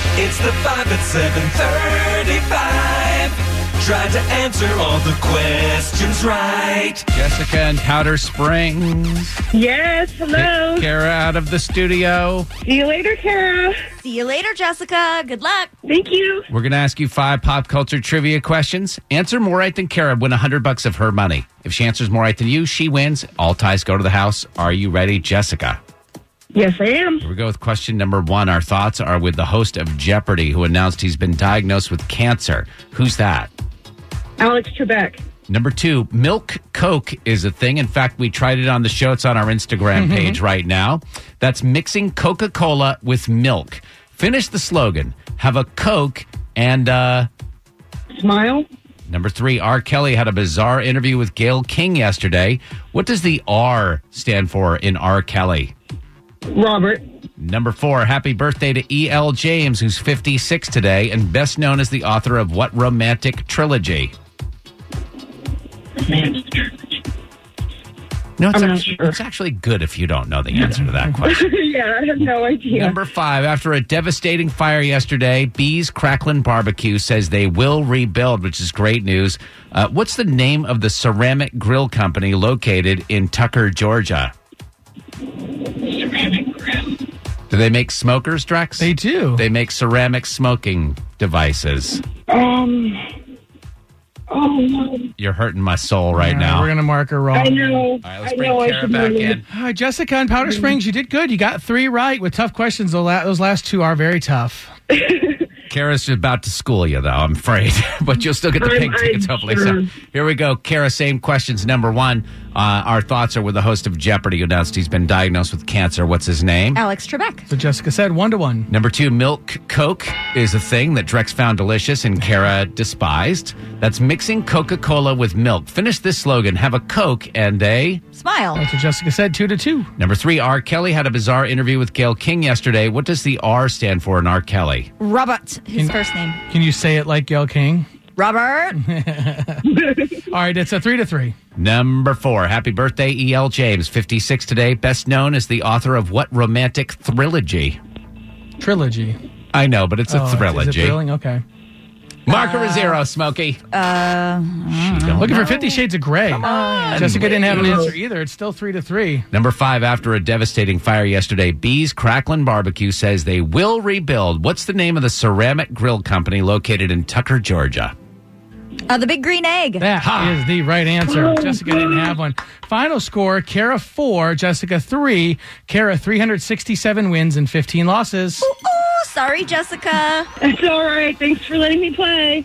It's the 5 at 735. Tried to answer all the questions right. Jessica in Powder Springs. Yes, hello. Kara out of the studio. See you later, Kara. See you later, Jessica. Good luck. Thank you. We're going to ask you five pop culture trivia questions. Answer more right than Kara, win 100 bucks of her money. If she answers more right than you, she wins. All ties go to the house. Are you ready, Jessica? Yes, I am. Here we go with question number one. Our thoughts are with the host of Jeopardy, who announced he's been diagnosed with cancer. Who's that? Alex Trebek. Number two, milk coke is a thing. In fact, we tried it on the show. It's on our Instagram page right now. That's mixing Coca Cola with milk. Finish the slogan. Have a Coke and uh, Smile. number three, R. Kelly had a bizarre interview with Gail King yesterday. What does the R stand for in R. Kelly? Robert. Number four, happy birthday to E.L. James, who's 56 today and best known as the author of what romantic trilogy? No, it's, I'm not actually, sure. it's actually good if you don't know the answer to that question. yeah, I have no idea. Number five, after a devastating fire yesterday, Bees Cracklin Barbecue says they will rebuild, which is great news. Uh, what's the name of the ceramic grill company located in Tucker, Georgia? Do they make smokers, Drex? They do. They make ceramic smoking devices. um. Oh no! You're hurting my soul right All now. We're gonna mark her wrong. I know. Mm-hmm. All right, let's I bring know. I Kara should back know in. All right, Uh, Jessica in Powder Springs, you did good. You got three right with tough questions. The la- Those last two are very tough. Kara's about to school you, though, I'm afraid. but you'll still get the I'm- pink I'm tickets, hopefully. sure. So here we go. Kara, same questions. Number one, uh, our thoughts are with the host of Jeopardy who announced he's been diagnosed with cancer. What's his name? Alex Trebek. So Jessica said one to one. Number two, milk coke is a thing that Drex found delicious and Kara despised. That's mixing Coca Cola with milk. Finish this slogan have a Coke and a. Smile. So Jessica said two to two. Number three, R. Kelly had a bizarre interview with Gail King yesterday. What does the R stand for in R. Kelly? Robert. His first name. Can you say it like Gail King? Robert. All right, it's a three to three. Number four, happy birthday, E.L. James, 56 today, best known as the author of what romantic trilogy? Trilogy. I know, but it's a Oh, is it trilogy. thrilling? Okay. Marker zero, Smokey. Uh, she don't Looking know. for Fifty Shades of Grey. Jessica didn't have an answer either. It's still three to three. Number five, after a devastating fire yesterday, Bees Cracklin Barbecue says they will rebuild. What's the name of the ceramic grill company located in Tucker, Georgia? Uh, the big green egg. That is the right answer. Jessica didn't have one. Final score: Kara four, Jessica three. Kara three hundred sixty-seven wins and fifteen losses. Oh, sorry, Jessica. It's all right. Thanks for letting me play.